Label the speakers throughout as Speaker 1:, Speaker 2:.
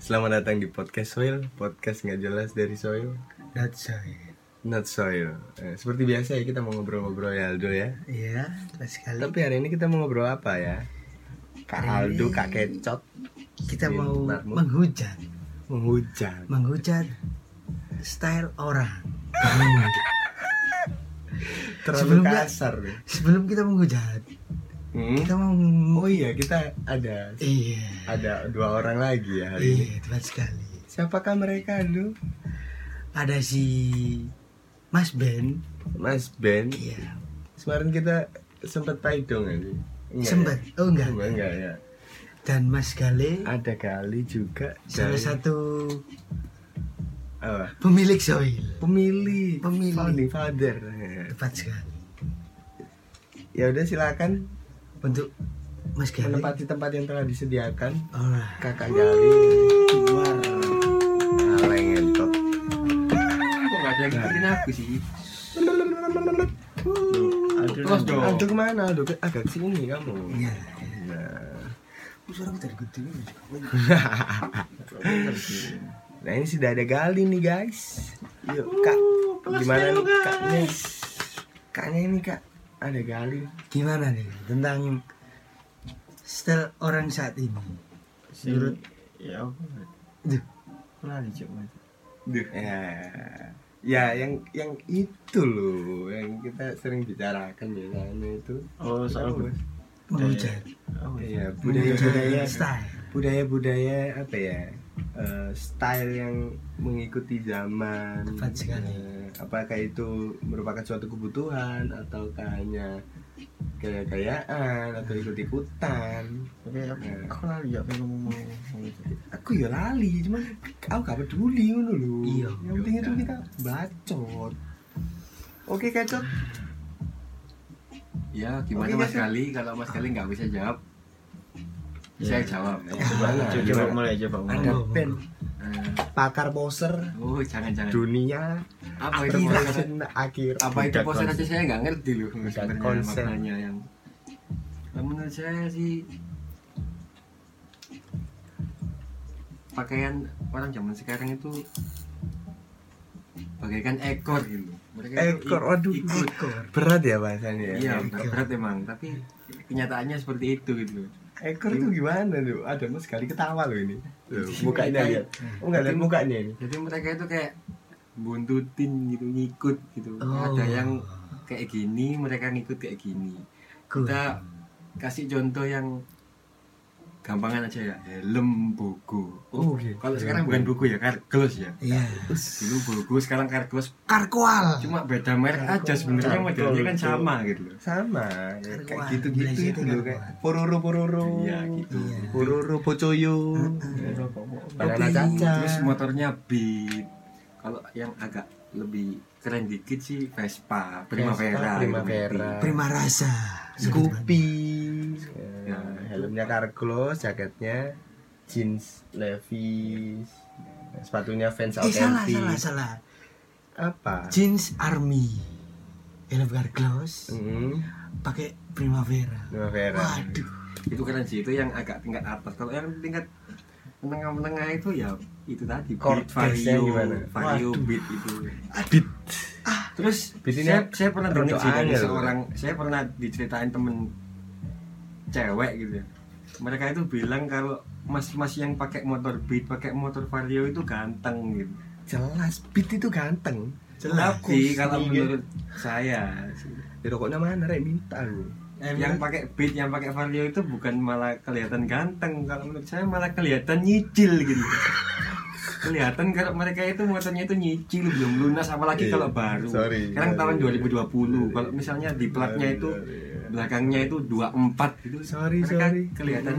Speaker 1: Selamat datang di podcast Soil, podcast nggak jelas dari Soil,
Speaker 2: That's right.
Speaker 1: not Soil. Eh, seperti biasa ya kita mau ngobrol-ngobrol ya Aldo ya.
Speaker 2: Iya, benar sekali.
Speaker 1: Tapi hari ini kita mau ngobrol apa ya? Kak
Speaker 2: Hari
Speaker 1: Aldo,
Speaker 2: ini-
Speaker 1: Kak Kecot, iya,
Speaker 2: Kita mau
Speaker 1: Bentarmu.
Speaker 2: menghujat,
Speaker 1: menghujat.
Speaker 2: menghujat style orang.
Speaker 1: Terlalu
Speaker 2: Sebelum kita-
Speaker 1: kasar nih.
Speaker 2: Sebelum kita menghujat,
Speaker 1: Hmm?
Speaker 2: kita mau
Speaker 1: Oh iya kita ada
Speaker 2: iya,
Speaker 1: ada dua orang lagi ya hari ini.
Speaker 2: iya, tepat sekali.
Speaker 1: Siapakah mereka Aldo?
Speaker 2: Ada si Mas Ben,
Speaker 1: Mas Ben.
Speaker 2: iya,
Speaker 1: Kemarin kita sempat paidong Aldo. Enggak ya?
Speaker 2: sempat, oh enggak,
Speaker 1: Enggak, enggak ya.
Speaker 2: dan Mas Gale,
Speaker 1: Ada kali juga
Speaker 2: salah
Speaker 1: dari-
Speaker 2: satu
Speaker 1: apa?
Speaker 2: pemilik soil.
Speaker 1: pemilih
Speaker 2: Pemilih.
Speaker 1: founding father
Speaker 2: Tepat sekali.
Speaker 1: ya udah silakan
Speaker 2: Untuk Mas Gale,
Speaker 1: menempati tempat yang telah disediakan
Speaker 2: alright.
Speaker 1: kakak Gali Nah,
Speaker 3: keluar
Speaker 1: kaleng entot
Speaker 3: kok gak ada yang ngikutin aku sih
Speaker 1: Aduh,
Speaker 3: Terus dong.
Speaker 1: Aduh kemana? Aduh ke- agak sini kamu.
Speaker 2: Iya,
Speaker 1: Nah.
Speaker 3: suara dari gede
Speaker 1: nah ini sudah ada Gali nih guys. Yuk kak, gimana nih kaknya? Kaknya ini kak, ada Gali.
Speaker 2: gimana nih tentang style orang saat ini?
Speaker 3: menurut ya aku
Speaker 2: Duh.
Speaker 3: pernah dicoba
Speaker 1: Ya, ya yang yang itu loh yang kita sering bicarakan ya kan, itu.
Speaker 3: oh soal
Speaker 1: Apa?
Speaker 2: menghujat
Speaker 3: oh
Speaker 1: Iya,
Speaker 3: iya
Speaker 1: budaya budaya
Speaker 2: style
Speaker 1: budaya budaya apa ya? eh, style yang mengikuti zaman.
Speaker 2: Tepat sekali.
Speaker 1: Eh, apakah itu merupakan suatu kebutuhan ataukah hanya gaya-gayaan atau ikut-ikutan?
Speaker 3: tapi aku
Speaker 1: Iya.
Speaker 3: aku lari ya pengen ngomong ngomong itu
Speaker 1: Aku ya lali, cuman aku gak peduli ngono lho.
Speaker 2: Iya.
Speaker 1: Yang penting itu kita bacot. Oke, kacot.
Speaker 4: Ya, gimana
Speaker 1: Oke,
Speaker 4: Mas
Speaker 1: Jason.
Speaker 4: Kali? Kalau Mas Kali nggak bisa jawab, saya
Speaker 3: saya
Speaker 4: jawab.
Speaker 3: Ya. coba coba coba mulai coba mulai
Speaker 1: Ada
Speaker 2: Monggo, monggo.
Speaker 1: band
Speaker 4: Eh,
Speaker 1: pakar poser
Speaker 4: oh, jangan jangan.
Speaker 1: dunia
Speaker 4: Apa itu poser?
Speaker 1: terposen akhir.
Speaker 4: Apa itu
Speaker 3: Budak
Speaker 4: poser aja
Speaker 3: konsen.
Speaker 4: saya nggak ngerti loh.
Speaker 1: Budak
Speaker 4: sebenarnya
Speaker 1: konsen.
Speaker 4: Maknanya yang Nah, menurut saya sih pakaian orang zaman sekarang itu bagaikan ekor gitu. Mereka itu
Speaker 1: Ekor,
Speaker 4: ik-
Speaker 1: waduh.
Speaker 4: ikut.
Speaker 2: ekor
Speaker 1: Berat ya bahasanya ya.
Speaker 4: Iya,
Speaker 2: Ekor.
Speaker 4: berat emang, tapi kenyataannya seperti itu gitu.
Speaker 1: Ekor
Speaker 2: Iya.
Speaker 1: tuh gimana tuh? Ada mas sekali ketawa loh ini. Loh, mukanya
Speaker 2: iya.
Speaker 4: Kayak-
Speaker 1: lihat.
Speaker 2: Hmm.
Speaker 1: Oh, enggak lihat mukanya ini.
Speaker 4: jadi mereka itu kayak buntutin gitu ngikut gitu
Speaker 2: Oh.
Speaker 4: ada yang kayak gini mereka ngikut kayak gini
Speaker 2: Good.
Speaker 4: kita kasih contoh yang gampangan aja ya helm bogo
Speaker 1: Oh, oke.
Speaker 4: kalau sekarang bukan bogo ya kargos ya
Speaker 2: iya
Speaker 4: dulu bogo sekarang kargos
Speaker 2: karkoal
Speaker 4: cuma beda merek aja sebenarnya
Speaker 1: Kargos.
Speaker 4: modelnya kan sama gitu loh
Speaker 1: Sama, ya,
Speaker 2: Karkuan,
Speaker 1: kayak gitu-gitu
Speaker 2: gila
Speaker 1: itu
Speaker 2: sih,
Speaker 1: loh
Speaker 2: karkuan.
Speaker 1: kayak pororo pororo.
Speaker 4: Iya, gitu.
Speaker 2: Iya.
Speaker 1: Pororo pocoyo. Banana
Speaker 4: Kopi,
Speaker 1: caca.
Speaker 4: terus motornya beat kalau yang agak lebih keren dikit sih Vespa Primavera gitu.
Speaker 1: Primavera.
Speaker 2: prima rasa Eh,
Speaker 1: Scoopy. Ya,
Speaker 4: Ya,
Speaker 1: helmnya Carglass, jaketnya jeans Levi's, sepatunya Vans
Speaker 2: eh salah salah
Speaker 1: Authentic.
Speaker 2: salah
Speaker 1: Apa?
Speaker 2: jeans army helm gloss
Speaker 1: Hmm,
Speaker 2: pakai primavera
Speaker 1: Primavera.
Speaker 2: waduh
Speaker 4: itu keren sih itu yang agak tingkat atas kalau yang tingkat menengah-menengah itu ya itu tadi
Speaker 1: Chord
Speaker 4: beat vario
Speaker 1: bassnya gimana?
Speaker 4: vario
Speaker 1: Waduh.
Speaker 4: beat itu
Speaker 1: Beat.
Speaker 4: terus
Speaker 1: Beat ini
Speaker 4: saya, saya pernah
Speaker 1: rada
Speaker 4: dengar sih dari
Speaker 1: angel.
Speaker 4: seorang saya pernah diceritain temen cewek gitu ya mereka itu bilang kalau mas-mas yang pakai motor beat pakai motor vario itu ganteng gitu
Speaker 1: Jelas beat itu ganteng.
Speaker 4: tapi kalau
Speaker 1: Iya.
Speaker 4: menurut saya sih,
Speaker 1: Ya rokoknya mana rek minta lu.
Speaker 4: yang
Speaker 1: Iya.
Speaker 4: pakai beat yang pakai vario itu bukan malah kelihatan ganteng kalau menurut saya malah kelihatan nyicil gitu kelihatan kalau mereka itu motornya itu nyicil belum lunas apalagi
Speaker 1: Iya,
Speaker 4: kalau baru
Speaker 1: sorry.
Speaker 4: sekarang tahun
Speaker 1: Sorry. iya.
Speaker 4: 2020 kalau misalnya di platnya itu belakangnya itu 24 gitu
Speaker 1: Sorry,
Speaker 4: mereka
Speaker 1: sorry.
Speaker 4: kelihatan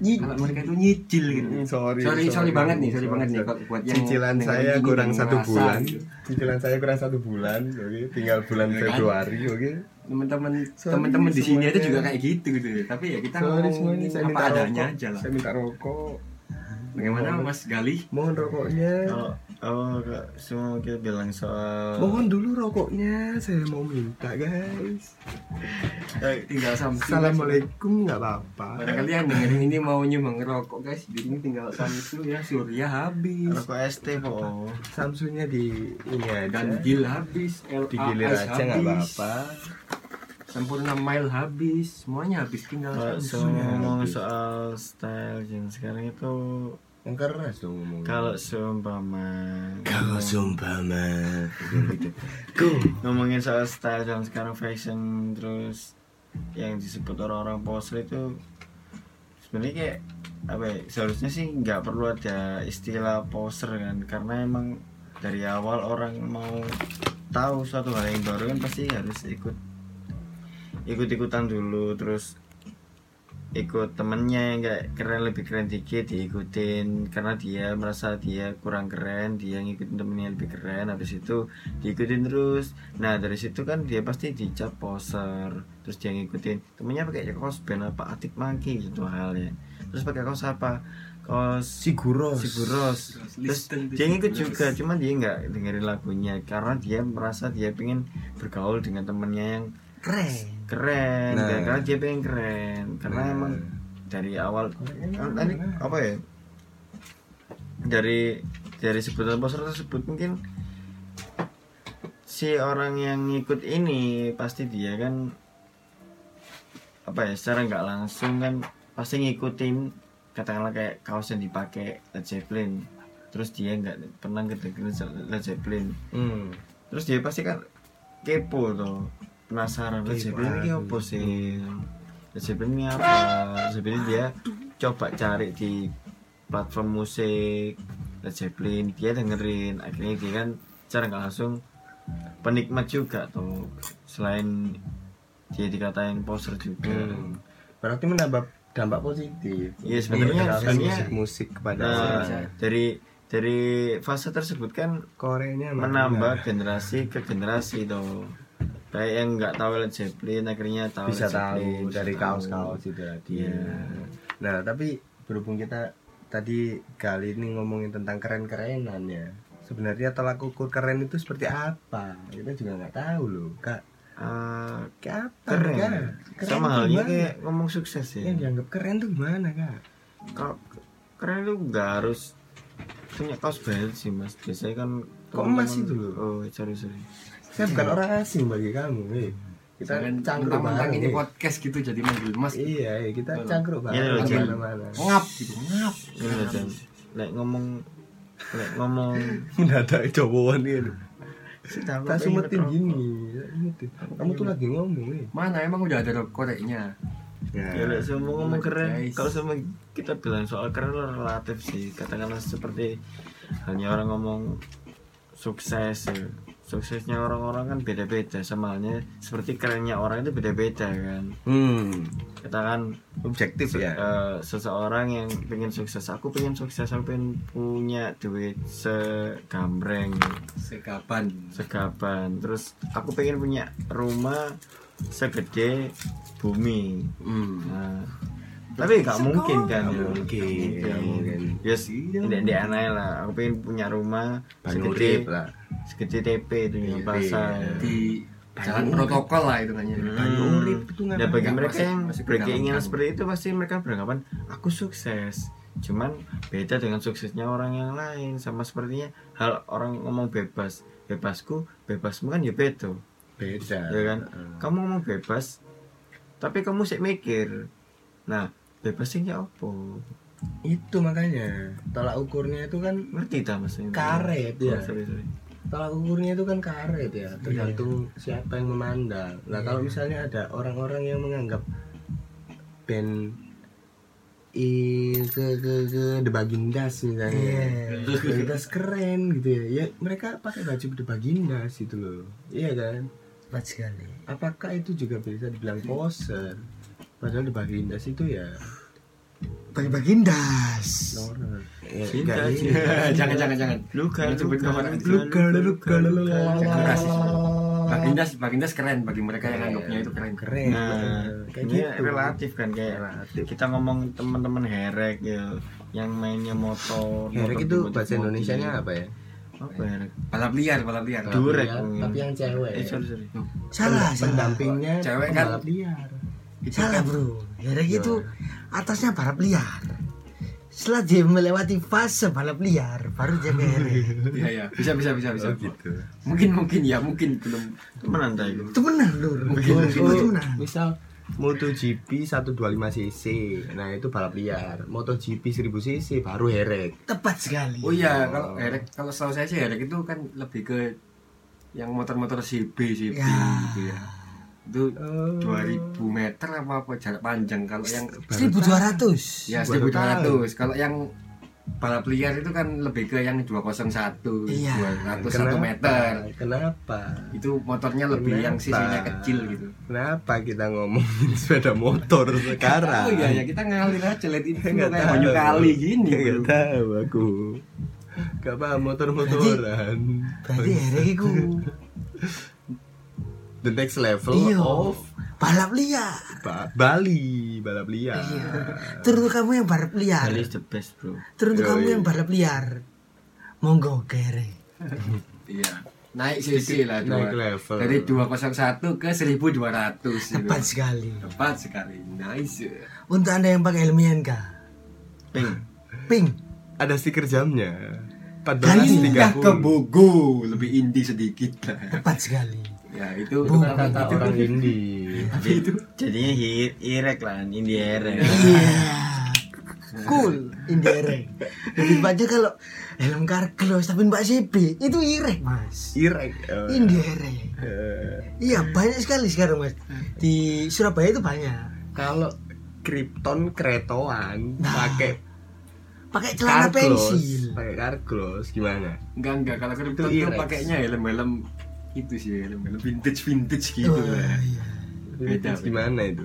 Speaker 4: kalau mereka itu nyicil gitu
Speaker 1: Mm, sorry,
Speaker 4: sorry,
Speaker 1: sorry.
Speaker 4: banget nih sorry, banget nih
Speaker 1: Sorry.
Speaker 4: kalau buat yang
Speaker 1: Cicilan
Speaker 4: dengerin
Speaker 1: saya
Speaker 4: ini
Speaker 1: kurang
Speaker 4: yang
Speaker 1: satu
Speaker 4: ngerasa
Speaker 1: bulan.
Speaker 4: gitu.
Speaker 1: Cicilan saya kurang satu bulan, oke. Tinggal bulan
Speaker 4: Iya kan?
Speaker 1: Februari, oke.
Speaker 4: teman-teman
Speaker 1: Sorry,
Speaker 4: teman-teman di sini aja
Speaker 1: semuanya.
Speaker 4: juga kayak gitu gitu ya. tapi ya kita
Speaker 1: Sorry
Speaker 4: ngomong
Speaker 1: semuanya, saya
Speaker 4: apa
Speaker 1: minta
Speaker 4: adanya
Speaker 1: rokok.
Speaker 4: aja lah
Speaker 1: Saya minta rokok.
Speaker 4: bagaimana mas Galih
Speaker 1: Mohon rokoknya.
Speaker 3: kalau Oh, kak, semua kita bilang soal
Speaker 1: Mohon dulu rokoknya, saya mau minta guys.
Speaker 4: Iya,
Speaker 3: Eh,
Speaker 4: tinggal samsung iya.
Speaker 1: Assalamualaikum nggak apa-apa.
Speaker 4: barangkali yang dengerin ini mau nyumbang ngerokok guys jadi tinggal samsung ya surya habis
Speaker 3: rokok ST po.
Speaker 1: Samsungnya di ini aja.
Speaker 4: ganjil habis LA
Speaker 1: Digilir
Speaker 4: Ice
Speaker 1: aja nggak
Speaker 4: Ah, habis,
Speaker 1: apa-apa.
Speaker 4: sempurna mile habis semuanya habis tinggal
Speaker 3: Kalau
Speaker 4: samsung
Speaker 1: Samsung.
Speaker 3: ngomong soal style yang sekarang itu
Speaker 1: Yang keras dong ngomongnya.
Speaker 3: kalau seumpama
Speaker 1: kalau sumpama gitu. Go.
Speaker 3: ngomongin soal style zaman sekarang fashion terus yang disebut orang-orang poser itu sebenarnya kayak apa ya, seharusnya sih nggak perlu ada istilah poser kan karena emang dari awal orang mau tahu suatu hal yang baru kan pasti harus ikut ikut-ikutan dulu terus ikut temennya yang nggak keren lebih keren dikit diikutin karena dia merasa dia kurang keren dia ngikutin temennya yang lebih keren habis itu diikutin terus nah dari situ kan dia pasti dicap poser terus dia ngikutin temennya pakai kaos band apa atik maki gitu halnya terus pakai kaos apa kaos
Speaker 1: Siguros.
Speaker 3: Siguros terus
Speaker 4: Listen to
Speaker 3: dia ngikut
Speaker 4: Siguros.
Speaker 3: juga cuman dia nggak dengerin lagunya karena dia merasa dia pengen bergaul dengan temennya yang
Speaker 1: Keren.
Speaker 3: keren
Speaker 1: Nah.
Speaker 3: ya, karena dia pengen keren karena
Speaker 1: Nah.
Speaker 3: emang dari awal kan tadi apa ya dari dari sebutan poster tersebut mungkin si orang yang ngikut ini pasti dia kan apa ya secara nggak langsung kan pasti ngikutin katakanlah kayak kaos yang dipakai Led Zeppelin terus dia nggak pernah kedengeran Led Zeppelin
Speaker 1: Hmm.
Speaker 3: terus dia pasti kan kepo tuh penasaran Led
Speaker 1: Kepo
Speaker 3: Zeppelin ini
Speaker 1: aku.
Speaker 3: apa sih Led Zeppelin ini apa Led Zeppelin dia coba cari di platform musik Led Zeppelin dia dengerin akhirnya dia kan secara nggak langsung penikmat juga tuh selain dia dikatain poser juga
Speaker 1: Hmm. Berarti menambah dampak positif.
Speaker 3: Iya, sebenarnya-
Speaker 1: Mengenalkan
Speaker 3: sebenarnya-
Speaker 1: musik-musik kepada
Speaker 3: nah
Speaker 1: orang.
Speaker 3: dari dari fase tersebut kan
Speaker 1: Koreanya Iya.
Speaker 3: menambah generasi ke generasi tuh kayak yang nggak tahu Led Zeppelin akhirnya tahu
Speaker 1: bisa
Speaker 3: Led Zeppelin,
Speaker 1: tahu
Speaker 3: bisa
Speaker 1: dari
Speaker 3: tahu.
Speaker 1: kaos-kaos itu tadi.
Speaker 3: Iya.
Speaker 1: Nah, tapi berhubung kita tadi kali ini ngomongin tentang keren-kerenan ya. Sebenarnya tolak ukur keren itu seperti apa? Kita juga nggak tahu loh, Kak.
Speaker 3: Ah,
Speaker 1: Kayak apa?
Speaker 3: keren.
Speaker 1: Kak?
Speaker 3: sama
Speaker 1: tuh
Speaker 3: halnya
Speaker 1: gimana? Iya,
Speaker 3: kayak ngomong sukses ya
Speaker 1: yang dianggap keren tuh gimana, Kak?
Speaker 3: kalau keren lu nggak harus punya kaos banget sih mas biasanya kan
Speaker 1: Kok
Speaker 3: teman-teman-
Speaker 1: emas itu loh?
Speaker 3: oh sorry sorry
Speaker 1: Saya bukan
Speaker 3: Iya.
Speaker 1: orang asing bagi kamu, eh. Kita cangkruk
Speaker 4: mentang
Speaker 1: bareng.
Speaker 4: ini
Speaker 1: eh.
Speaker 4: podcast gitu jadi manggil mas gitu.
Speaker 1: Iya, eh, kita cangkruk bareng.
Speaker 3: Iya,
Speaker 1: di
Speaker 3: Jan.
Speaker 1: mana-mana.
Speaker 4: ngap gitu ngap
Speaker 3: ini
Speaker 1: Iya,
Speaker 3: loh Jan Lek ngomong lek ngomong
Speaker 1: Mendadak jawaban ini.
Speaker 3: kita
Speaker 1: Tak sumetin gini, tak sumetin. Kamu tuh lagi ngomong, eh.
Speaker 4: mana emang udah ada koreknya
Speaker 3: Ya, lah, semua ngomong
Speaker 4: Guys.
Speaker 3: keren. Kalau semua kita bilang soal keren lah relatif sih. Katakanlah seperti hanya orang ngomong sukses. ya. Suksesnya orang-orang kan beda-beda. Sama halnya seperti kerennya orang itu beda-beda kan.
Speaker 1: Hmm,
Speaker 3: Katakan
Speaker 1: objektif
Speaker 3: se-
Speaker 1: ya.
Speaker 3: eh, seseorang yang pengen sukses, aku pengen sukses, aku pengen punya duit segambreng,
Speaker 4: sekapan
Speaker 3: segaban. Terus aku pengen punya rumah segede bumi.
Speaker 1: Hmm.
Speaker 3: Nah, tapi nggak mungkin kan
Speaker 1: Nggak mungkin, nggak mungkin.
Speaker 3: ya tidak di aneh lah aku pengen punya rumah
Speaker 1: Panurip
Speaker 3: segede
Speaker 1: lah.
Speaker 3: segede TP itu yang
Speaker 1: Iya,
Speaker 3: pasar
Speaker 1: iya.
Speaker 4: di jalan protokol lah itu nanya
Speaker 3: Hmm. Ya bagi
Speaker 4: Nggak,
Speaker 3: mereka
Speaker 4: masih-
Speaker 3: yang
Speaker 4: masih
Speaker 3: berkeinginan
Speaker 4: pendalaman.
Speaker 3: seperti itu pasti mereka beranggapan aku sukses. Cuman beda dengan suksesnya orang yang lain sama sepertinya hal orang ngomong bebas. Bebasku, bebasmu kan ya beda.
Speaker 1: Beda.
Speaker 3: ya kan kamu mau bebas tapi kamu sih mikir nah bebasnya opo
Speaker 1: Itu makanya tolak ukurnya itu kan
Speaker 3: ngerti tak maksudnya
Speaker 1: Karet, ya.
Speaker 3: Oh, sorry, sorry.
Speaker 1: tolak ukurnya itu kan karet ya tergantung siapa yang memandang nah kalau misalnya ada orang-orang yang menganggap band i ke ke ke The Bagindas misalnya Bagindas keren gitu ya ya mereka pakai baju The Bagindas gitu loh iya kan
Speaker 2: Cepat sekali.
Speaker 1: apakah itu juga bisa dibilang poser padahal The Bagindas itu ya
Speaker 2: Bagi-bagi indas.
Speaker 1: normal ya,
Speaker 3: Cinta,
Speaker 1: enggak ini.
Speaker 3: cinta.
Speaker 4: jangan jangan jangan
Speaker 3: luka
Speaker 1: Iya.
Speaker 4: Jangan sebut nama orang.
Speaker 3: luka luka luka
Speaker 4: Jangan rasis. Bagindas, Bagindas keren bagi mereka
Speaker 1: Iya,
Speaker 4: yang anggapnya itu Iya, keren.
Speaker 1: keren
Speaker 3: nah
Speaker 1: kayak
Speaker 3: ini
Speaker 1: gitu
Speaker 3: relatif kan kayak
Speaker 1: Relatif.
Speaker 3: kita ngomong teman-teman herek ya yang mainnya motor
Speaker 1: Herek
Speaker 3: motor
Speaker 1: itu
Speaker 4: gitu,
Speaker 3: dimodif-modif.
Speaker 1: bahasa Indonesianya apa ya?
Speaker 3: apa ya Rek?
Speaker 4: balap liar balap liar
Speaker 1: Balap
Speaker 3: Durek
Speaker 1: liar,
Speaker 3: mungkin.
Speaker 1: tapi yang cewek
Speaker 3: eh sorry sorry
Speaker 2: Salah, salah.
Speaker 1: pendampingnya
Speaker 4: Cewek kan-
Speaker 1: balap liar
Speaker 2: Salah bro. Gara gitu
Speaker 4: Iya.
Speaker 2: atasnya balap liar. Setelah dia melewati fase balap liar, baru dia merek.
Speaker 4: iya iya bisa bisa bisa bisa
Speaker 1: gitu
Speaker 4: mungkin mungkin ya mungkin belum
Speaker 3: temenan tak itu
Speaker 2: Temenan lur.
Speaker 1: Oh,
Speaker 2: Itu
Speaker 4: nah.
Speaker 2: temenan.
Speaker 1: misal MotoGP 125 cc nah itu balap liar MotoGP 1000 cc baru herek
Speaker 2: Tepat sekali.
Speaker 4: oh iya kalau erek kalau setahu saya sih erek itu kan lebih ke yang motor-motor CB CB
Speaker 2: Ya.
Speaker 4: gitu ya itu 2000 meter apa apa jarak panjang kalau yang
Speaker 2: 1200.
Speaker 4: ya
Speaker 1: Baru
Speaker 4: 1200 kalau yang balap liar itu kan lebih ke yang 201
Speaker 2: Iya.
Speaker 4: 201 meter
Speaker 1: kenapa
Speaker 4: itu motornya lebih yang
Speaker 1: Kenapa?
Speaker 4: sisinya kecil gitu
Speaker 1: kenapa kita ngomongin sepeda motor sekarang
Speaker 4: Oh iya ya kita ngalir aja lihat ini
Speaker 1: Nggak
Speaker 4: kayak
Speaker 1: tahu.
Speaker 4: banyak kali gini
Speaker 1: nggak
Speaker 4: bro.
Speaker 1: tahu aku gak paham motor-motoran
Speaker 2: Berarti herek iku
Speaker 1: the next level
Speaker 2: iya
Speaker 1: of
Speaker 2: balap liar.
Speaker 1: ba- Bali balap liar
Speaker 2: Iya. Terus kamu yang balap liar.
Speaker 3: Bali is the best bro
Speaker 2: Teruntuk
Speaker 1: Yoi.
Speaker 2: kamu yang balap liar. Monggo kere.
Speaker 4: Iya. Naik sisi lah dua.
Speaker 1: naik level.
Speaker 4: Dari 201 ke 1200 gitu.
Speaker 2: Tepat sekali.
Speaker 4: Tepat sekali. Nice.
Speaker 2: Untuk Anda yang pakai helmian kah?
Speaker 3: pink
Speaker 2: Pink.
Speaker 1: ada stiker jamnya
Speaker 4: Pindah ke
Speaker 1: 14.30
Speaker 4: Bogo, lebih indie sedikit lah.
Speaker 2: Tepat sekali.
Speaker 4: Ya itu
Speaker 2: Bogo.
Speaker 1: kata orang indie
Speaker 4: Tapi itu
Speaker 3: jadinya hi- irek lah ini irek
Speaker 2: Iya. Cool, indirect. Lebih banyak kalau helm karglos tapi Mbak Sipi itu irek, Mas.
Speaker 1: irek eh,
Speaker 2: Indirect.
Speaker 1: eh,
Speaker 2: Iya, banyak sekali sekarang, Mas. Di Surabaya itu banyak.
Speaker 1: kalau Krypton keretoan pakai
Speaker 2: Pakai celana
Speaker 1: karglos
Speaker 2: pensil.
Speaker 1: pakai karglos gimana
Speaker 4: enggak enggak kalau kripto
Speaker 1: Itu
Speaker 4: itu
Speaker 1: Irex.
Speaker 4: pakainya helm-helm itu sih helm-helm vintage vintage gitu
Speaker 2: Oh,
Speaker 4: lah.
Speaker 2: iya.
Speaker 4: Beda,
Speaker 1: Terus gimana itu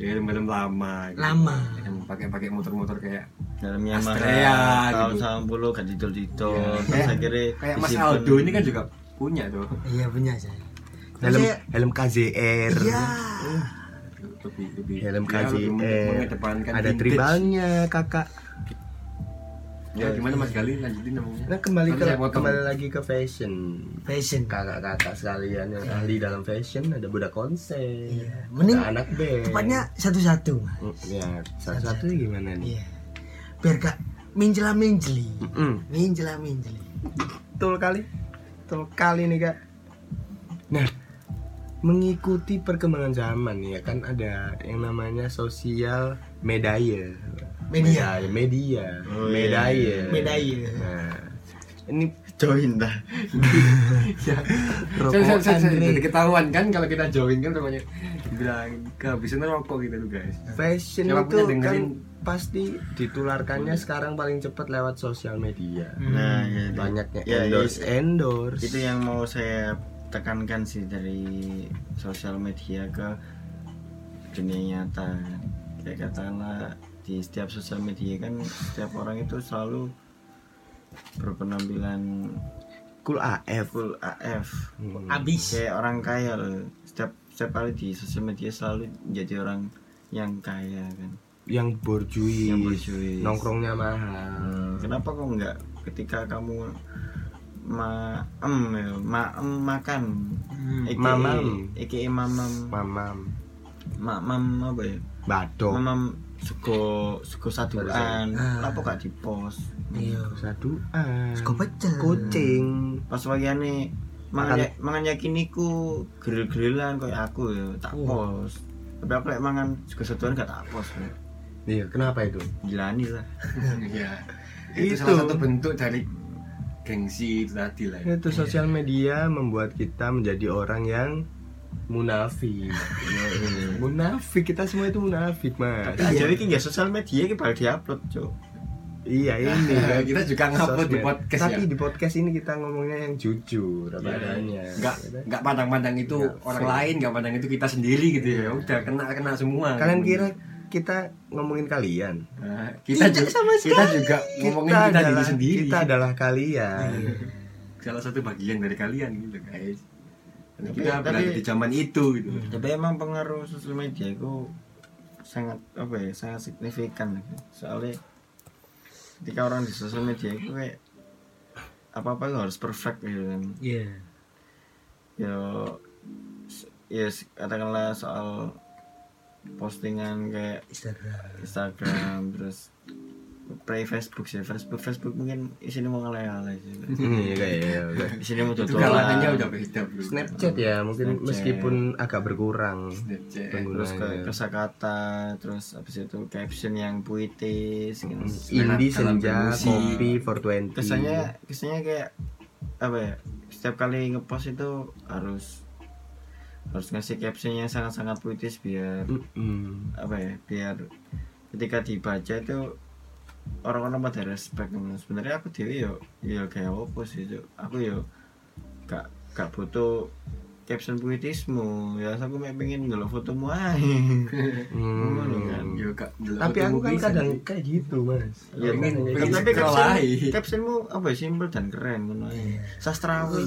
Speaker 4: Ya, helm-helm lama. gitu.
Speaker 2: Lama.
Speaker 4: Yang pakai-pakai motor-motor kayak
Speaker 3: dalam Yamaha
Speaker 4: Astrea,
Speaker 3: tahun
Speaker 4: gitu.
Speaker 3: 90 gak didol didol terus
Speaker 4: kayak,
Speaker 3: akhirnya
Speaker 4: kayak Mas
Speaker 3: disimpan.
Speaker 4: Aldo ini kan juga punya tuh.
Speaker 2: Iya, punya saya.
Speaker 1: helm
Speaker 2: Saya-
Speaker 1: helm KZR
Speaker 2: Iya.
Speaker 4: lebih lebih
Speaker 1: helm
Speaker 4: ya, lebih
Speaker 1: KZR
Speaker 4: mengedepankan
Speaker 1: ada
Speaker 4: vintage.
Speaker 1: tribalnya kakak
Speaker 4: ya gimana mas Gali lanjutin namanya
Speaker 1: nah kembali
Speaker 4: Nanti
Speaker 1: ke
Speaker 4: saya potong.
Speaker 1: kembali lagi ke fashion
Speaker 2: Fashion.
Speaker 1: kakak-kakak sekalian yang ahli dalam fashion ada budak konser
Speaker 2: Iya. Mending
Speaker 1: ada anak band
Speaker 2: Tepatnya satu-satu, Mas.
Speaker 1: Mm, ya satu-satu gimana nih
Speaker 2: Iya. Biar gak menjela-menjeli.
Speaker 1: Mm-mm.
Speaker 4: Hmm.
Speaker 2: Menjela-menjeli.
Speaker 1: Betul kali. Betul kali nih, Kak. Nah, mengikuti perkembangan zaman ya kan ada yang namanya sosial media.
Speaker 2: Media.
Speaker 1: Media, media.
Speaker 3: Oh,
Speaker 1: media.
Speaker 3: iya.
Speaker 2: Media.
Speaker 1: Nah, ini
Speaker 3: join dah
Speaker 4: Sorry, sorry, sorry,
Speaker 1: rokokan
Speaker 4: sorry.
Speaker 1: nih.
Speaker 4: jadi ketahuan kan kalau kita join kan namanya bilang kehabisan rokok gitu loh guys
Speaker 1: Fashion
Speaker 4: Siapa
Speaker 1: itu
Speaker 4: punya dengerin?
Speaker 1: kan pasti ditularkannya sekarang paling cepat lewat sosial media.
Speaker 4: Hmm.
Speaker 3: nah ya, itu.
Speaker 1: Banyaknya
Speaker 3: Ya, ya,
Speaker 1: endorse endorse.
Speaker 3: itu yang mau saya tekankan sih dari sosial media ke dunia nyata kayak katakanlah di setiap sosial media kan setiap orang itu selalu berpenampilan
Speaker 1: cool AF.
Speaker 3: full AF
Speaker 1: Hmm.
Speaker 2: Abis.
Speaker 3: kayak orang kaya loh setiap setiap kali di sosial media selalu jadi orang yang kaya kan
Speaker 1: Yang borjuis.
Speaker 3: Yang borjuis. Hmm.
Speaker 1: Nongkrongnya mahal.
Speaker 3: kenapa kok nggak ketika kamu maem ya, maem makan
Speaker 1: Hmm.
Speaker 3: Aka
Speaker 1: Mamam.
Speaker 3: aka mamam
Speaker 1: Mamam.
Speaker 3: mamam apa ya
Speaker 1: Badok.
Speaker 3: mamam sego
Speaker 1: ya.
Speaker 3: sego saduan
Speaker 2: Ah.
Speaker 3: apa gak di pos
Speaker 2: Iya.
Speaker 1: Saduan.
Speaker 2: Sego pecel.
Speaker 1: Kucing.
Speaker 3: pas wayane
Speaker 1: Makan.
Speaker 3: mangan ya- mangan yakiniku grill-grillan kayak aku ya tak
Speaker 2: Oh.
Speaker 3: pos tapi aku lek mangan sego saduan gak tak pos ya.
Speaker 1: Iya, kenapa itu?
Speaker 3: gilani lah
Speaker 4: ya itu,
Speaker 1: Itu.
Speaker 4: salah satu bentuk dari gengsi itu tadi lah ya.
Speaker 1: Itu sosial media membuat kita menjadi orang yang munafik. munafik kita semua itu munafik, Mas.
Speaker 3: Nah, jadi ini nggak sosial media ini bakal diupload cok
Speaker 1: iya ini. kan.
Speaker 4: Nah, kita juga ngupload di
Speaker 1: Sosmed.
Speaker 4: podcast
Speaker 1: Tapi
Speaker 4: ya
Speaker 1: di podcast ini kita ngomongnya yang jujur apa
Speaker 4: Ya,
Speaker 1: adanya. Gitu kan.
Speaker 4: nggak nggak pandang-pandang itu
Speaker 1: Nggak
Speaker 4: orang
Speaker 1: fair.
Speaker 4: lain nggak pandang itu kita sendiri gitu ya udah kena kena semua
Speaker 1: Iya.
Speaker 4: gitu.
Speaker 1: Kalian kira kita ngomongin kalian?
Speaker 4: Nah, kita
Speaker 2: Tidak
Speaker 4: juga
Speaker 2: sama
Speaker 4: kita juga ngomongin kita, diri
Speaker 1: adalah-
Speaker 4: sendiri Iya.
Speaker 1: Kita adalah kalian.
Speaker 4: salah satu bagian dari kalian gitu guys Dan
Speaker 3: Tapi-
Speaker 4: kita
Speaker 3: tapi-
Speaker 4: berada di zaman itu gitu
Speaker 3: tapi emang pengaruh sosial media itu sangat apa ya sangat signifikan gitu. soalnya ketika orang di sosial media itu kayak apa apa harus perfect gitu kan
Speaker 2: Iya.
Speaker 3: ya s- ya s- katakanlah soal postingan kayak
Speaker 2: Instagram.
Speaker 3: Instagram terus play Facebook sih Facebook Facebook mungkin isinya mau ngelay-ngelay sih
Speaker 1: Iya, kayaknya, oke.
Speaker 3: isinya mau
Speaker 4: itu
Speaker 3: tutorial
Speaker 4: kalangannya udah beda bro
Speaker 1: Snapchat ya mungkin
Speaker 3: Snapchat.
Speaker 1: meskipun agak berkurang
Speaker 4: Snapchat
Speaker 3: terus ke
Speaker 1: penggunanya.
Speaker 3: kosakata terus habis itu caption yang puitis gitu.
Speaker 1: Hmm. Indie
Speaker 4: Dalam
Speaker 1: senja
Speaker 4: bermusik.
Speaker 1: kopi 420
Speaker 3: kesannya kesannya kayak apa ya setiap kali ngepost itu harus harus ngasih caption yang sangat-sangat puitis biar
Speaker 1: Hmm. Mm-mm.
Speaker 3: apa ya biar ketika dibaca itu orang-orang pada respect ngono. sebenarnya aku dewi yo yo kayak apa sih Cuk? aku yo gak gak butuh caption puitismu ya aku mek pengen ngelok fotomu aja
Speaker 1: Hmm.
Speaker 3: Ngono kan.
Speaker 4: Yo, Kak, delok
Speaker 1: tapi aku kan
Speaker 4: fotomu
Speaker 1: kadang
Speaker 4: bisa.
Speaker 1: kayak gitu mas
Speaker 3: Ya,
Speaker 4: Pengen-
Speaker 3: tapi-
Speaker 4: pengen
Speaker 3: tapi
Speaker 4: scroll
Speaker 3: caption-
Speaker 4: aja.
Speaker 3: captionmu apa ya simple dan keren ngono aja. sastrawi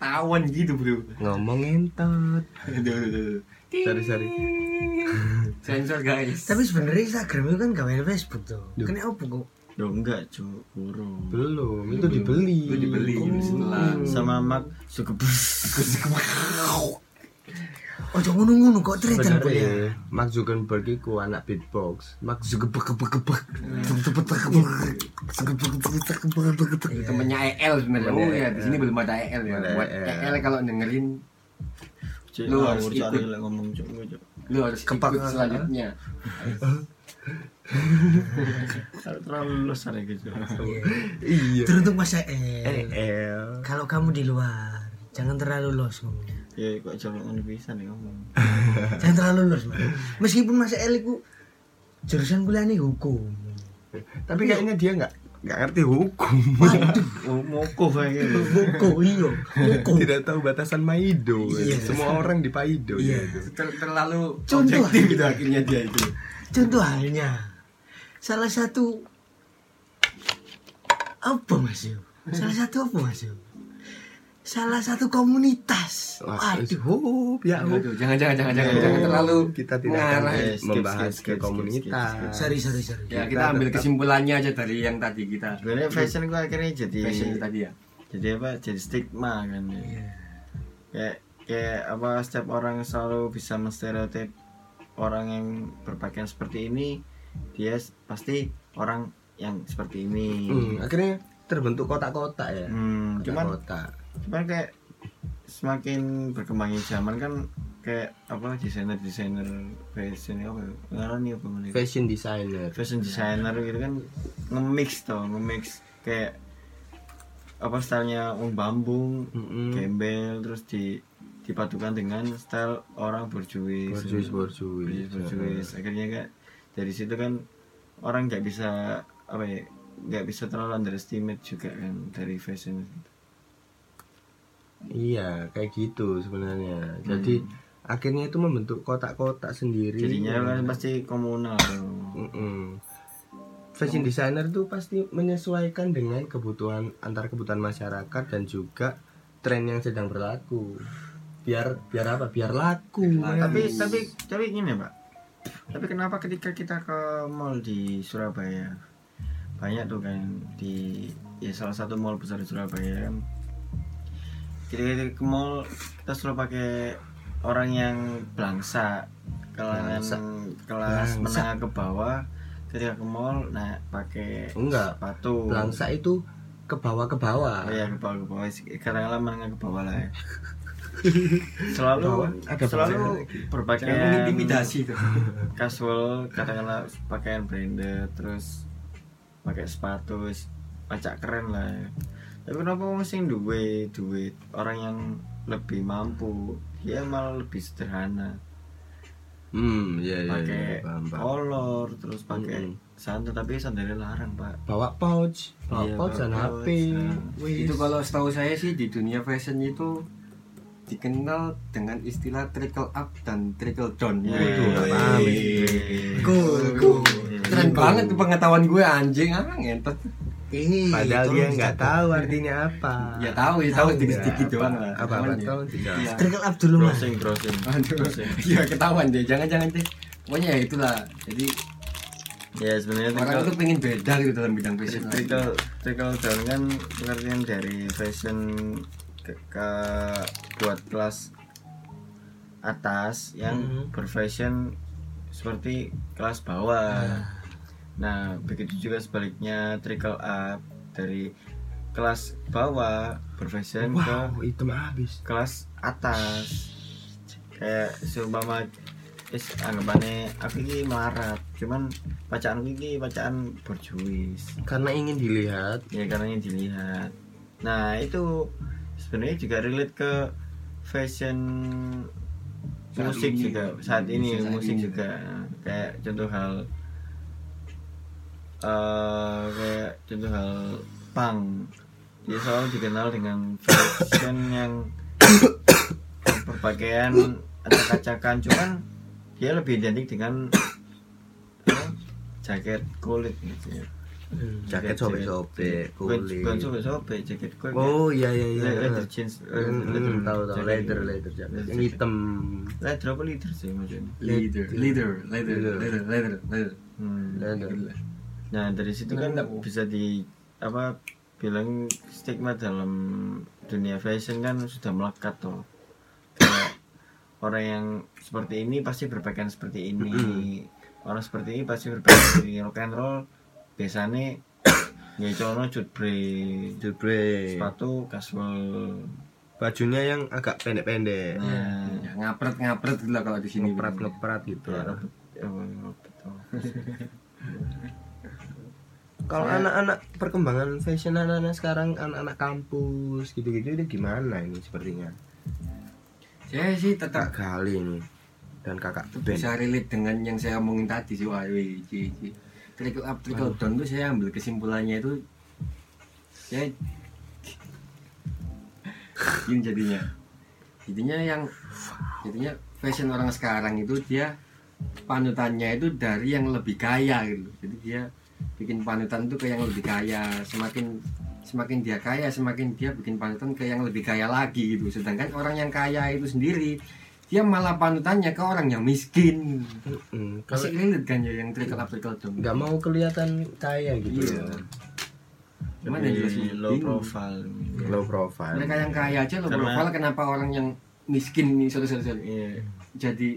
Speaker 4: tawan gitu bro
Speaker 1: ngomong entot
Speaker 4: Aduh, aduh.
Speaker 1: Sorry, sorry.
Speaker 4: sensor guys
Speaker 2: Tapi sebenarnya Instagram itu kan gawe Facebook tuh.
Speaker 1: Duh.
Speaker 2: Kenapa apa kok?
Speaker 3: Duh, enggak cu kurung
Speaker 1: belum itu dibeli
Speaker 4: Itu dibeli,
Speaker 1: Oh.
Speaker 4: setelah.
Speaker 3: sama mak suka
Speaker 2: Oh, jangan ngono kok cerita apa ya?
Speaker 1: sebenarnya iya. Mark Zuckerberg itu anak beatbox Mark Zuckerberg Zuckerberg
Speaker 4: Itu temennya EL sebenarnya oh ya di sini belum ada EL ya
Speaker 1: Ada
Speaker 4: buat
Speaker 1: EL.
Speaker 4: EL kalau dengerin
Speaker 3: Cuk,
Speaker 4: Lu harus
Speaker 3: ngawur, Cuk,
Speaker 4: ikut.
Speaker 3: lek ngomong cuk gua, Cuk.
Speaker 4: lu harus
Speaker 2: Kepak.
Speaker 4: ikut selanjutnya
Speaker 3: Harus terlalu lulus ada gitu
Speaker 1: iya
Speaker 2: Teruntuk Mas
Speaker 1: eh,
Speaker 2: EL.
Speaker 1: EL
Speaker 2: Kalau kamu di luar, jangan terlalu los ngomongnya.
Speaker 3: ya kok coba ngono bisa nih ngomong
Speaker 2: Jangan terlalu los, Mas. Meskipun Mas EL itu jurusan kuliahnya hukum.
Speaker 1: tapi kayaknya dia nggak nggak ngerti hukum
Speaker 2: Waduh,
Speaker 3: Oh, moko kayak gitu
Speaker 2: hukum iyo, hukum.
Speaker 1: tidak tahu batasan Maido
Speaker 2: Iya.
Speaker 1: semua orang di Paido gitu. dia
Speaker 2: Iya.
Speaker 1: itu.
Speaker 4: Ter- terlalu
Speaker 2: Contoh.
Speaker 4: objektif itu akhirnya dia itu
Speaker 2: Contoh halnya salah satu apa Mas Yo? Salah satu apa Mas Yo? Salah satu komunitas. Waduh.
Speaker 1: Hop, ya hop.
Speaker 4: Aduh, jangan jangan jangan jangan jangan terlalu
Speaker 1: kita tidak akan
Speaker 4: mengarah
Speaker 3: Skip, skip,
Speaker 1: membahas
Speaker 3: skip,
Speaker 1: ke
Speaker 3: skip, skip, skip,
Speaker 1: komunitas
Speaker 2: Sorry, sorry, sorry.
Speaker 4: ya
Speaker 1: Kita
Speaker 4: kita Iya. ambil
Speaker 1: tetap-
Speaker 4: kesimpulannya aja dari yang tadi kita
Speaker 3: sebenarnya fashion gua akhirnya jadi
Speaker 4: fashion tadi ya
Speaker 3: jadi apa jadi stigma kan ya.
Speaker 2: Iya.
Speaker 3: kayak kayak apa setiap orang selalu bisa menstereotip orang yang berpakaian seperti ini dia s- pasti orang yang seperti ini
Speaker 1: Hmm, akhirnya terbentuk kotak-kotak ya
Speaker 3: Hmm, cuman
Speaker 1: kotak
Speaker 3: cuman kayak semakin berkembangnya zaman kan kayak apa desainer desainer fashion apa ya? ngaran ya apa namanya?
Speaker 1: fashion designer
Speaker 3: fashion designer gitu kan nge-mix tuh nge-mix kayak apa stylenya Wong Bambung
Speaker 1: Mm-mm.
Speaker 3: gembel terus di dipadukan dengan style orang borjuis
Speaker 1: Borjuis, borjuis.
Speaker 3: Borjuis, borjuis. akhirnya kan dari situ kan orang nggak bisa apa ya nggak bisa terlalu underestimate juga kan dari fashion
Speaker 1: iya kayak gitu
Speaker 3: Hmm.
Speaker 1: sebenarnya jadi akhirnya itu membentuk kotak-kotak sendiri
Speaker 3: jadinya kan pasti komunal tuh.
Speaker 1: Mm-mm. Fashion designer tuh pasti menyesuaikan dengan kebutuhan antar kebutuhan masyarakat dan juga tren yang sedang berlaku. Biar biar apa? Biar laku. Mas.
Speaker 3: tapi tapi tapi gini pak tapi kenapa ketika kita ke mall di Surabaya banyak tuh kan di ya salah satu mall besar di Surabaya kan ketika kita ke mall kita selalu pakai orang yang belangsa kalangan
Speaker 1: Belangsa.
Speaker 3: kelas
Speaker 1: Belangsa.
Speaker 3: menengah ke bawah ketika ke mall nah pakai
Speaker 1: Enggak.
Speaker 3: sepatu
Speaker 1: Langsa itu ke bawah ke bawah.
Speaker 3: Oh iya ke bawah ke bawah katakanlah menengah ke bawah lah ya. selalu
Speaker 1: Ke bawah, ada
Speaker 3: selalu
Speaker 1: bawah
Speaker 4: jangan
Speaker 3: berpakaian
Speaker 4: mengintimidasi tuh
Speaker 3: casual katakanlah pakaian branded terus pakai sepatu pacak keren lah ya. tapi kenapa mesti duit duit orang yang lebih mampu dia malah lebih sederhana
Speaker 1: Hmm, iya iya. iya,
Speaker 3: pakai Oh.
Speaker 1: paham, paham.
Speaker 3: kolor terus pakai
Speaker 1: Mm-mm.
Speaker 3: sandal tapi sandalnya larang pak
Speaker 1: Bawa pouch, bawa
Speaker 3: Iya,
Speaker 1: pouch
Speaker 3: bawa
Speaker 1: dan
Speaker 3: pouch,
Speaker 1: HP.
Speaker 3: nah.
Speaker 1: Wis.
Speaker 4: itu kalau setahu saya sih di dunia fashion itu dikenal dengan istilah trickle up dan trickle down
Speaker 3: Ya,
Speaker 4: Itu
Speaker 3: iya,
Speaker 1: paham
Speaker 3: iya,
Speaker 1: itu.
Speaker 3: iya.
Speaker 2: Cool, cool.
Speaker 4: keren banget tuh pengetahuan gue anjing ah ngentot
Speaker 2: Eh,
Speaker 1: Padahal
Speaker 2: tolong
Speaker 1: dia nggak
Speaker 2: dicatat.
Speaker 1: tahu artinya apa.
Speaker 4: ya tahu ya tahu sedikit sedikit
Speaker 1: Apa-
Speaker 4: doang lah
Speaker 1: Apa apa
Speaker 4: Cuman ya.
Speaker 1: tolong tidak.
Speaker 4: Iya.
Speaker 2: Trickle up dulu mas.
Speaker 3: browsing browsing
Speaker 4: Aduh, ya ketahuan deh, jangan-jangan deh. Pokoknya ya itulah. Jadi
Speaker 3: ya sebenarnya
Speaker 4: Orang
Speaker 3: trickle
Speaker 4: itu pengen beda gitu dalam bidang fashion.
Speaker 3: trickle trickle down kan pengertian dari fashion ke, ke- buat kelas atas yang berfashion seperti kelas bawah nah begitu juga sebaliknya trickle up dari kelas bawah berfashion ke
Speaker 1: Wow, Oh, hitam habis.
Speaker 3: kelas atas kayak seumpama is anggapannya aku ini melarat cuman bacaan ini bacaan berjuis
Speaker 1: Karena ingin dilihat.
Speaker 3: ya karena yang dilihat nah itu sebenarnya juga relate ke fashion
Speaker 4: Saat
Speaker 3: musik
Speaker 4: ini.
Speaker 3: juga saat ini
Speaker 4: Saat
Speaker 3: musik
Speaker 4: ini.
Speaker 3: juga kayak contoh hal eh kayak contoh hal punk dia selalu dikenal dengan fashion yang berpakaian acak-acakan cuman dia lebih identik dengan apa, jaket kulit gitu ya
Speaker 1: Jaket sobek-sobek,
Speaker 3: Bukan- bukan
Speaker 1: kulit.
Speaker 3: sobek-sobek jaket kulit ya.
Speaker 1: Oh iya iya iya.
Speaker 3: leather jeans eh,
Speaker 1: Hmm, tahu tahu leather leather jacket. Yang
Speaker 3: hitam
Speaker 1: hitam.
Speaker 3: gitu. leather apa leather sih maksudnya
Speaker 4: Leader, leader, leader,
Speaker 1: Leader.
Speaker 4: leader, leader, leader.
Speaker 3: Hmm.
Speaker 1: Leather.
Speaker 3: nah dari situ kan
Speaker 4: Mantap.
Speaker 3: bisa di apa bilang stigma dalam dunia fashion kan sudah melekat tuh kayak orang yang seperti ini pasti berpakaian seperti ini orang seperti ini pasti berpakaian seperti ini rock and roll biasanya nggak cono cutbre
Speaker 4: Iya.
Speaker 1: Jupre.
Speaker 3: sepatu casual
Speaker 1: Bajunya yang agak pendek-pendek.
Speaker 3: nah,
Speaker 4: Ya, ngapret ngapret gitu lah kalau di sini.
Speaker 1: Ngeprat ngeprat gitu.
Speaker 3: ya, robot- ya, robot, oh.
Speaker 1: Kalau anak-anak perkembangan fashion anak-anak sekarang anak-anak kampus gitu-gitu itu gimana ini sepertinya?
Speaker 4: Saya sih tetap
Speaker 1: Kak Gali ini dan kakak Ben.
Speaker 4: bisa relate dengan yang saya omongin tadi sih wah wih, ci, ci. trickle up trickle down tuh saya ambil kesimpulannya itu ya, saya gini jadinya jadinya yang jadinya fashion orang sekarang itu dia panutannya itu dari yang lebih kaya gitu jadi dia bikin panutan itu ke yang lebih kaya semakin semakin dia kaya semakin dia bikin panutan ke yang lebih kaya lagi gitu sedangkan orang yang kaya itu sendiri dia malah panutannya ke orang yang miskin
Speaker 1: Mm, Kalau
Speaker 4: masih relate kan ya yang trickle up trickle down
Speaker 1: nggak mau kelihatan kaya gitu
Speaker 4: Iya.
Speaker 1: loh.
Speaker 4: Cuman yang
Speaker 3: Lebih
Speaker 4: jelas sih,
Speaker 3: low
Speaker 4: bingung.
Speaker 3: profile
Speaker 1: Low profile.
Speaker 4: mereka yang kaya aja loh
Speaker 3: Karena-
Speaker 4: profil kenapa orang yang miskin nih sorry sorry, sorry.
Speaker 3: Iya,
Speaker 4: jadi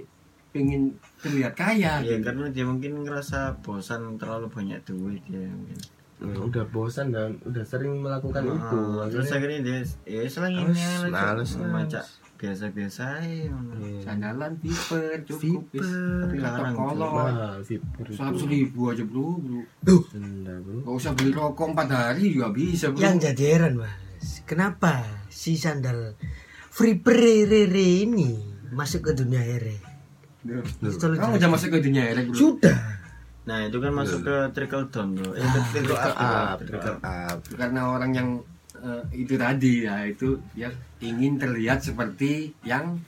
Speaker 4: pengen terlihat kaya
Speaker 3: Iya,
Speaker 4: gitu.
Speaker 3: karena dia mungkin ngerasa bosan terlalu banyak duit ya mungkin.
Speaker 1: Mm, udah bosan dan udah sering melakukan itu.
Speaker 3: Ah, terus
Speaker 1: Akhirnya-
Speaker 3: akhirnya dia ya selangin
Speaker 1: Males,
Speaker 3: ya
Speaker 1: males,
Speaker 3: maca
Speaker 1: males.
Speaker 3: biasa-biasa aja.
Speaker 1: Iya.
Speaker 4: sandalan viper cukup
Speaker 1: Viper.
Speaker 4: bis tapi larang
Speaker 3: Larang,
Speaker 4: kolot
Speaker 1: Mahal fitur itu.
Speaker 4: seratus ribu aja bro bro
Speaker 1: Benda, bro.
Speaker 4: gak usah beli rokok empat hari juga bisa bro
Speaker 2: Yang jadi heran mas, kenapa si sandal free pererere ini masuk ke dunia ere?
Speaker 4: Duh.
Speaker 2: Setelah
Speaker 4: kamu
Speaker 2: jadi-
Speaker 4: udah masuk ke dunia elek bro
Speaker 2: sudah.
Speaker 3: Nah, itu kan masuk
Speaker 1: Iya.
Speaker 3: ke trickle down bro. Eh, trickle up,
Speaker 1: Up,
Speaker 3: trickle
Speaker 1: trickle up.
Speaker 4: karena orang yang eh, itu tadi ya itu ya ingin terlihat seperti yang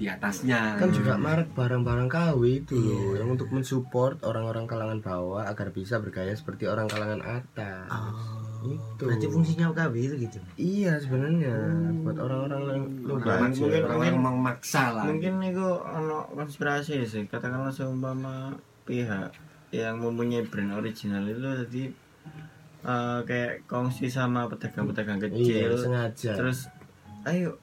Speaker 4: di atasnya
Speaker 1: Kan juga merek barang-barang KW itu loh yang untuk mensupport orang-orang kalangan bawah agar bisa bergaya seperti orang kalangan atas.
Speaker 2: Oh,
Speaker 1: Itu.
Speaker 2: berarti fungsinya OKB itu gitu.
Speaker 1: Iya sebenarnya buat orang-orang yang
Speaker 3: Nah,
Speaker 1: lupa.
Speaker 3: mungkin-
Speaker 4: orang-orang mau maksa lah
Speaker 3: Mungkin itu ono konspirasi sih. Katakanlah seumpama pihak yang mempunyai brand original itu tadi eh, kayak kongsi sama pedagang-pedagang
Speaker 1: Iya
Speaker 3: kecil.
Speaker 1: sengaja.
Speaker 3: terus ayo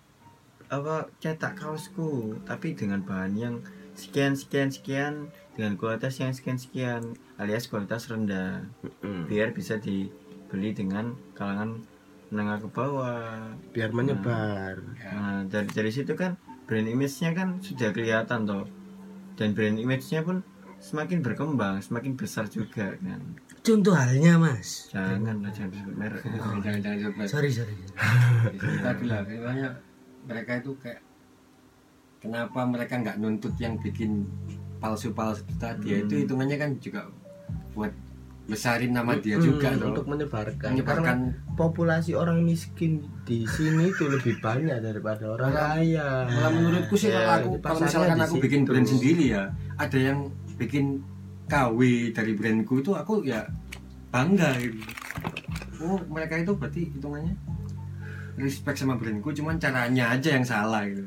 Speaker 3: apa cetak kaosku tapi dengan bahan yang sekian sekian sekian dengan kualitas yang sekian sekian alias kualitas rendah
Speaker 1: Mm.
Speaker 3: biar bisa dibeli dengan kalangan menengah ke bawah
Speaker 1: biar menyebar.
Speaker 3: nah, dari dari situ kan brand image-nya kan sudah kelihatan toh dan brand image-nya pun semakin berkembang semakin besar juga kan
Speaker 2: Contoh halnya mas.
Speaker 3: jangan lah, jangan disebut merek
Speaker 4: jangan-jangan sampai
Speaker 2: Sorry sorry.
Speaker 4: tadi lah makanya mereka itu kayak kenapa mereka nggak nuntut yang bikin palsu-palsu itu tadi ya
Speaker 1: Hmm.
Speaker 4: itu hitungannya kan juga buat besarin nama dia Iya juga
Speaker 1: Mm,
Speaker 4: loh
Speaker 1: untuk menyebarkan.
Speaker 4: menyebarkan
Speaker 1: Karena populasi orang miskin di sini itu lebih banyak daripada orang
Speaker 4: Malah-
Speaker 1: kaya.
Speaker 4: malah menurutku sih
Speaker 1: Ya,
Speaker 4: kalau aku
Speaker 1: jadi
Speaker 4: kalau
Speaker 1: pasarnya
Speaker 4: misalkan
Speaker 1: di
Speaker 4: aku
Speaker 1: situ.
Speaker 4: bikin brand sendiri ya ada yang bikin KW dari brandku itu aku ya bangga gitu oh mereka itu berarti hitungannya respect sama brandku cuman caranya aja yang salah gitu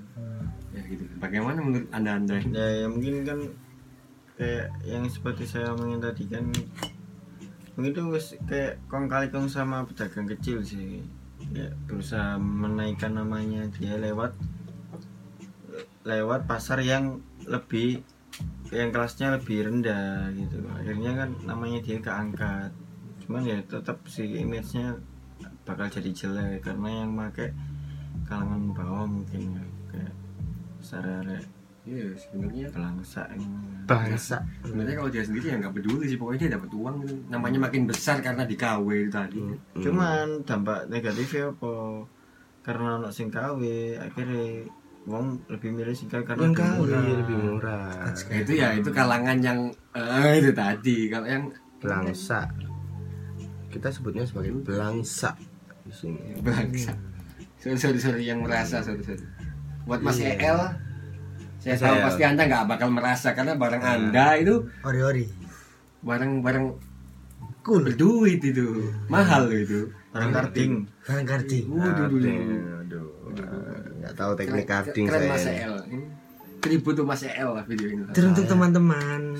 Speaker 4: ya gitu bagaimana menurut anda anda
Speaker 3: ya, ya mungkin kan kayak yang seperti saya omongin tadi kan begitu wis kayak kong kali kong sama pedagang kecil sih ya berusaha menaikkan namanya dia lewat lewat pasar yang lebih yang kelasnya lebih rendah gitu akhirnya kan namanya dia keangkat cuman ya tetap si image-nya bakal jadi jelek karena yang make kalangan bawah mungkin ya kayak sare
Speaker 4: Iya, sebenarnya
Speaker 3: pelangsa
Speaker 1: Hmm.
Speaker 3: ini.
Speaker 1: bangsa
Speaker 4: sebenarnya kalau dia sendiri ya nggak peduli sih pokoknya dia dapat uang gitu. namanya makin besar karena di KW itu tadi
Speaker 3: cuman dampak negatifnya apa karena anak sing kawe akhirnya wong lebih milih sing kawe karena
Speaker 1: yang
Speaker 3: lebih
Speaker 1: kau
Speaker 3: murah.
Speaker 1: lebih murah
Speaker 4: Nah, itu ya itu kalangan yang eh, itu tadi kalau yang
Speaker 1: belangsa kita sebutnya sebagai belangsa di sini
Speaker 4: bangsa sorry sorry sorry yang merasa sorry sorry buat Mas
Speaker 1: Iya.
Speaker 4: EL saya tahu
Speaker 1: Saya-
Speaker 4: pasti anda nggak bakal merasa karena barang anda itu
Speaker 2: ori-ori
Speaker 4: barang-barang
Speaker 2: cool
Speaker 4: berduit itu mahal itu Iya.
Speaker 3: barang karting
Speaker 2: barang karting
Speaker 4: Waduh,
Speaker 1: Aduh,
Speaker 4: dulu.
Speaker 1: aduh, aduh. nggak tahu teknik
Speaker 4: Keren-
Speaker 1: cutting
Speaker 4: keren
Speaker 1: saya
Speaker 4: Mas EL tribut tuh Mas EL lah video ini
Speaker 2: teruntuk teman-teman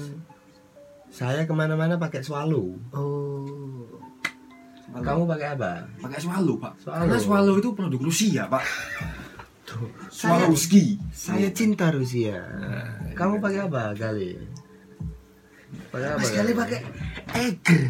Speaker 1: saya kemana-mana pakai swallow
Speaker 2: oh
Speaker 1: kamu pakai apa
Speaker 4: E pakai swallow pak
Speaker 1: Swallow.
Speaker 4: karena swallow itu produk Rusia pak Swarovski
Speaker 1: saya cinta Rusia
Speaker 4: Nah,
Speaker 1: kamu
Speaker 4: gitu.
Speaker 1: pakai apa kali pakai apa ya?
Speaker 2: mas kali
Speaker 1: Gali?
Speaker 2: pakai eger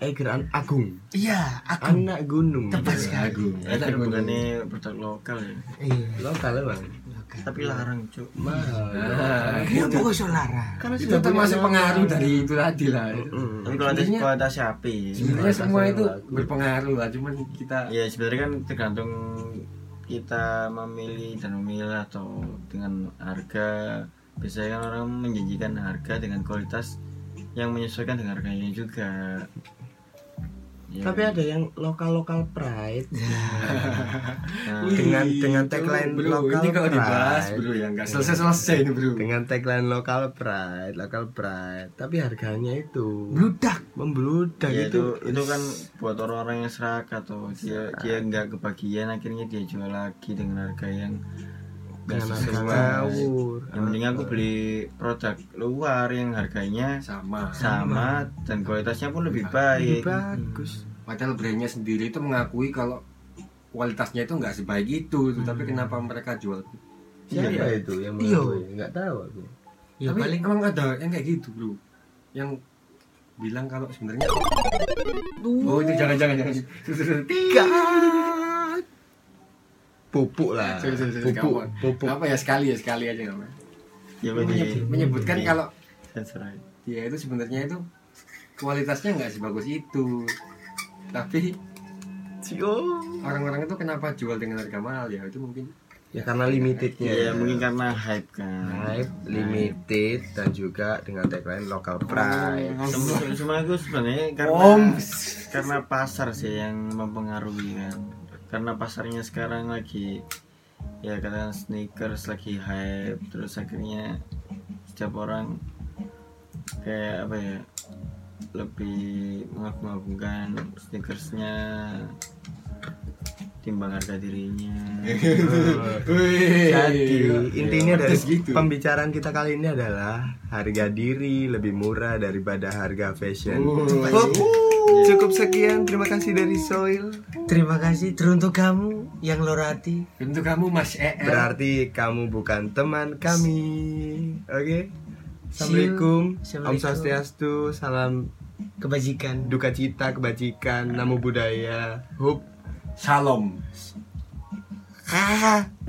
Speaker 1: Eger An- Agung
Speaker 2: iya aku
Speaker 1: anak gunung
Speaker 2: Tepat
Speaker 1: Iya,
Speaker 2: sekali.
Speaker 1: Agung
Speaker 3: ya kan bukannya produk lokal ya
Speaker 2: iya
Speaker 1: lokal bang
Speaker 3: tapi larang cuk
Speaker 1: mahal
Speaker 4: Ah.
Speaker 2: ya pokoknya solara
Speaker 1: karena
Speaker 4: itu termasuk pengaruh dari itu tadi lah
Speaker 3: tapi
Speaker 1: Mm.
Speaker 3: kalau ada
Speaker 4: Sebenarnya-
Speaker 3: kualitas api
Speaker 4: sebenarnya semua itu berpengaruh lah cuman kita
Speaker 3: ya sebenarnya kan tergantung kita memilih dan memilih atau dengan harga biasanya kan orang menjanjikan harga dengan kualitas yang menyesuaikan dengan harganya juga Ya,
Speaker 1: tapi ada yang lokal lokal pride
Speaker 3: nah,
Speaker 4: Wih,
Speaker 1: Dengan- dengan tagline
Speaker 4: bro,
Speaker 1: lokal
Speaker 4: ini kalau
Speaker 1: pride.
Speaker 4: dibahas bro ya nggak selesai selesai ini bro
Speaker 1: dengan tagline lokal pride lokal pride tapi harganya itu
Speaker 2: bludak
Speaker 1: membludak
Speaker 3: ya
Speaker 1: itu
Speaker 3: itu itu kan buat orang-orang yang serakah atau dia dia nggak kebagian akhirnya dia jual lagi dengan harga yang nggak
Speaker 1: Dengan harga
Speaker 3: sesuai
Speaker 1: ngawur.
Speaker 3: yang mending aku beli produk luar yang harganya
Speaker 4: sama
Speaker 3: sama dan kualitasnya pun lebih
Speaker 1: Ah, Lebih
Speaker 3: baik.
Speaker 1: bagus
Speaker 4: padahal brandnya sendiri itu mengakui kalau kualitasnya itu nggak sebaik itu tapi kenapa mereka jual
Speaker 1: siapa
Speaker 3: Iya.
Speaker 1: itu yang
Speaker 2: Iya.
Speaker 1: mengakui nggak tahu aku
Speaker 2: ya
Speaker 4: tapi
Speaker 2: paling
Speaker 4: iya. emang ada yang kayak gitu bro yang bilang kalau sebenarnya oh itu jangan jangan jangan
Speaker 1: God. pupuk lah
Speaker 4: Sorry, sorry, sorry,
Speaker 1: pupuk
Speaker 4: kawan.
Speaker 1: pupuk
Speaker 4: apa ya sekali ya sekali aja nggak apa
Speaker 3: Ya
Speaker 1: Iya.
Speaker 4: Menyebut- menyebutkan kalau
Speaker 3: sensorai.
Speaker 4: dia itu sebenarnya itu kualitasnya nggak sebagus itu tapi
Speaker 1: Cio.
Speaker 4: orang-orang itu kenapa jual dengan harga mahal ya itu mungkin
Speaker 1: ya karena limitednya
Speaker 3: Ya, mungkin karena hype kan.
Speaker 1: Hype, limited dan juga dengan tagline local
Speaker 4: Oh,
Speaker 1: pride
Speaker 4: iya.
Speaker 3: Nah, Semua, semua itu sebenarnya karena karena pasar sih yang mempengaruhi kan. Karena pasarnya sekarang lagi ya katakan sneakers lagi hype terus akhirnya setiap orang kayak apa ya lebih mengagung-agungkan sneakersnya timbang harga dirinya
Speaker 1: jadi intinya dari
Speaker 4: Pedes Iya, gitu.
Speaker 1: pembicaraan kita kali ini adalah harga diri lebih murah daripada harga fashion cukup sekian terima kasih dari Soil
Speaker 2: terima kasih teruntuk kamu yang lorati
Speaker 4: untuk kamu Mas ER
Speaker 1: Berarti kamu bukan teman kami. Oke. Assalamualaikum. Om
Speaker 2: Assalamualaikum.
Speaker 1: Swastiastu. Salam
Speaker 2: kebajikan
Speaker 1: duka cita, kebajikan, namo budaya. Hup.
Speaker 4: Shalom
Speaker 2: ah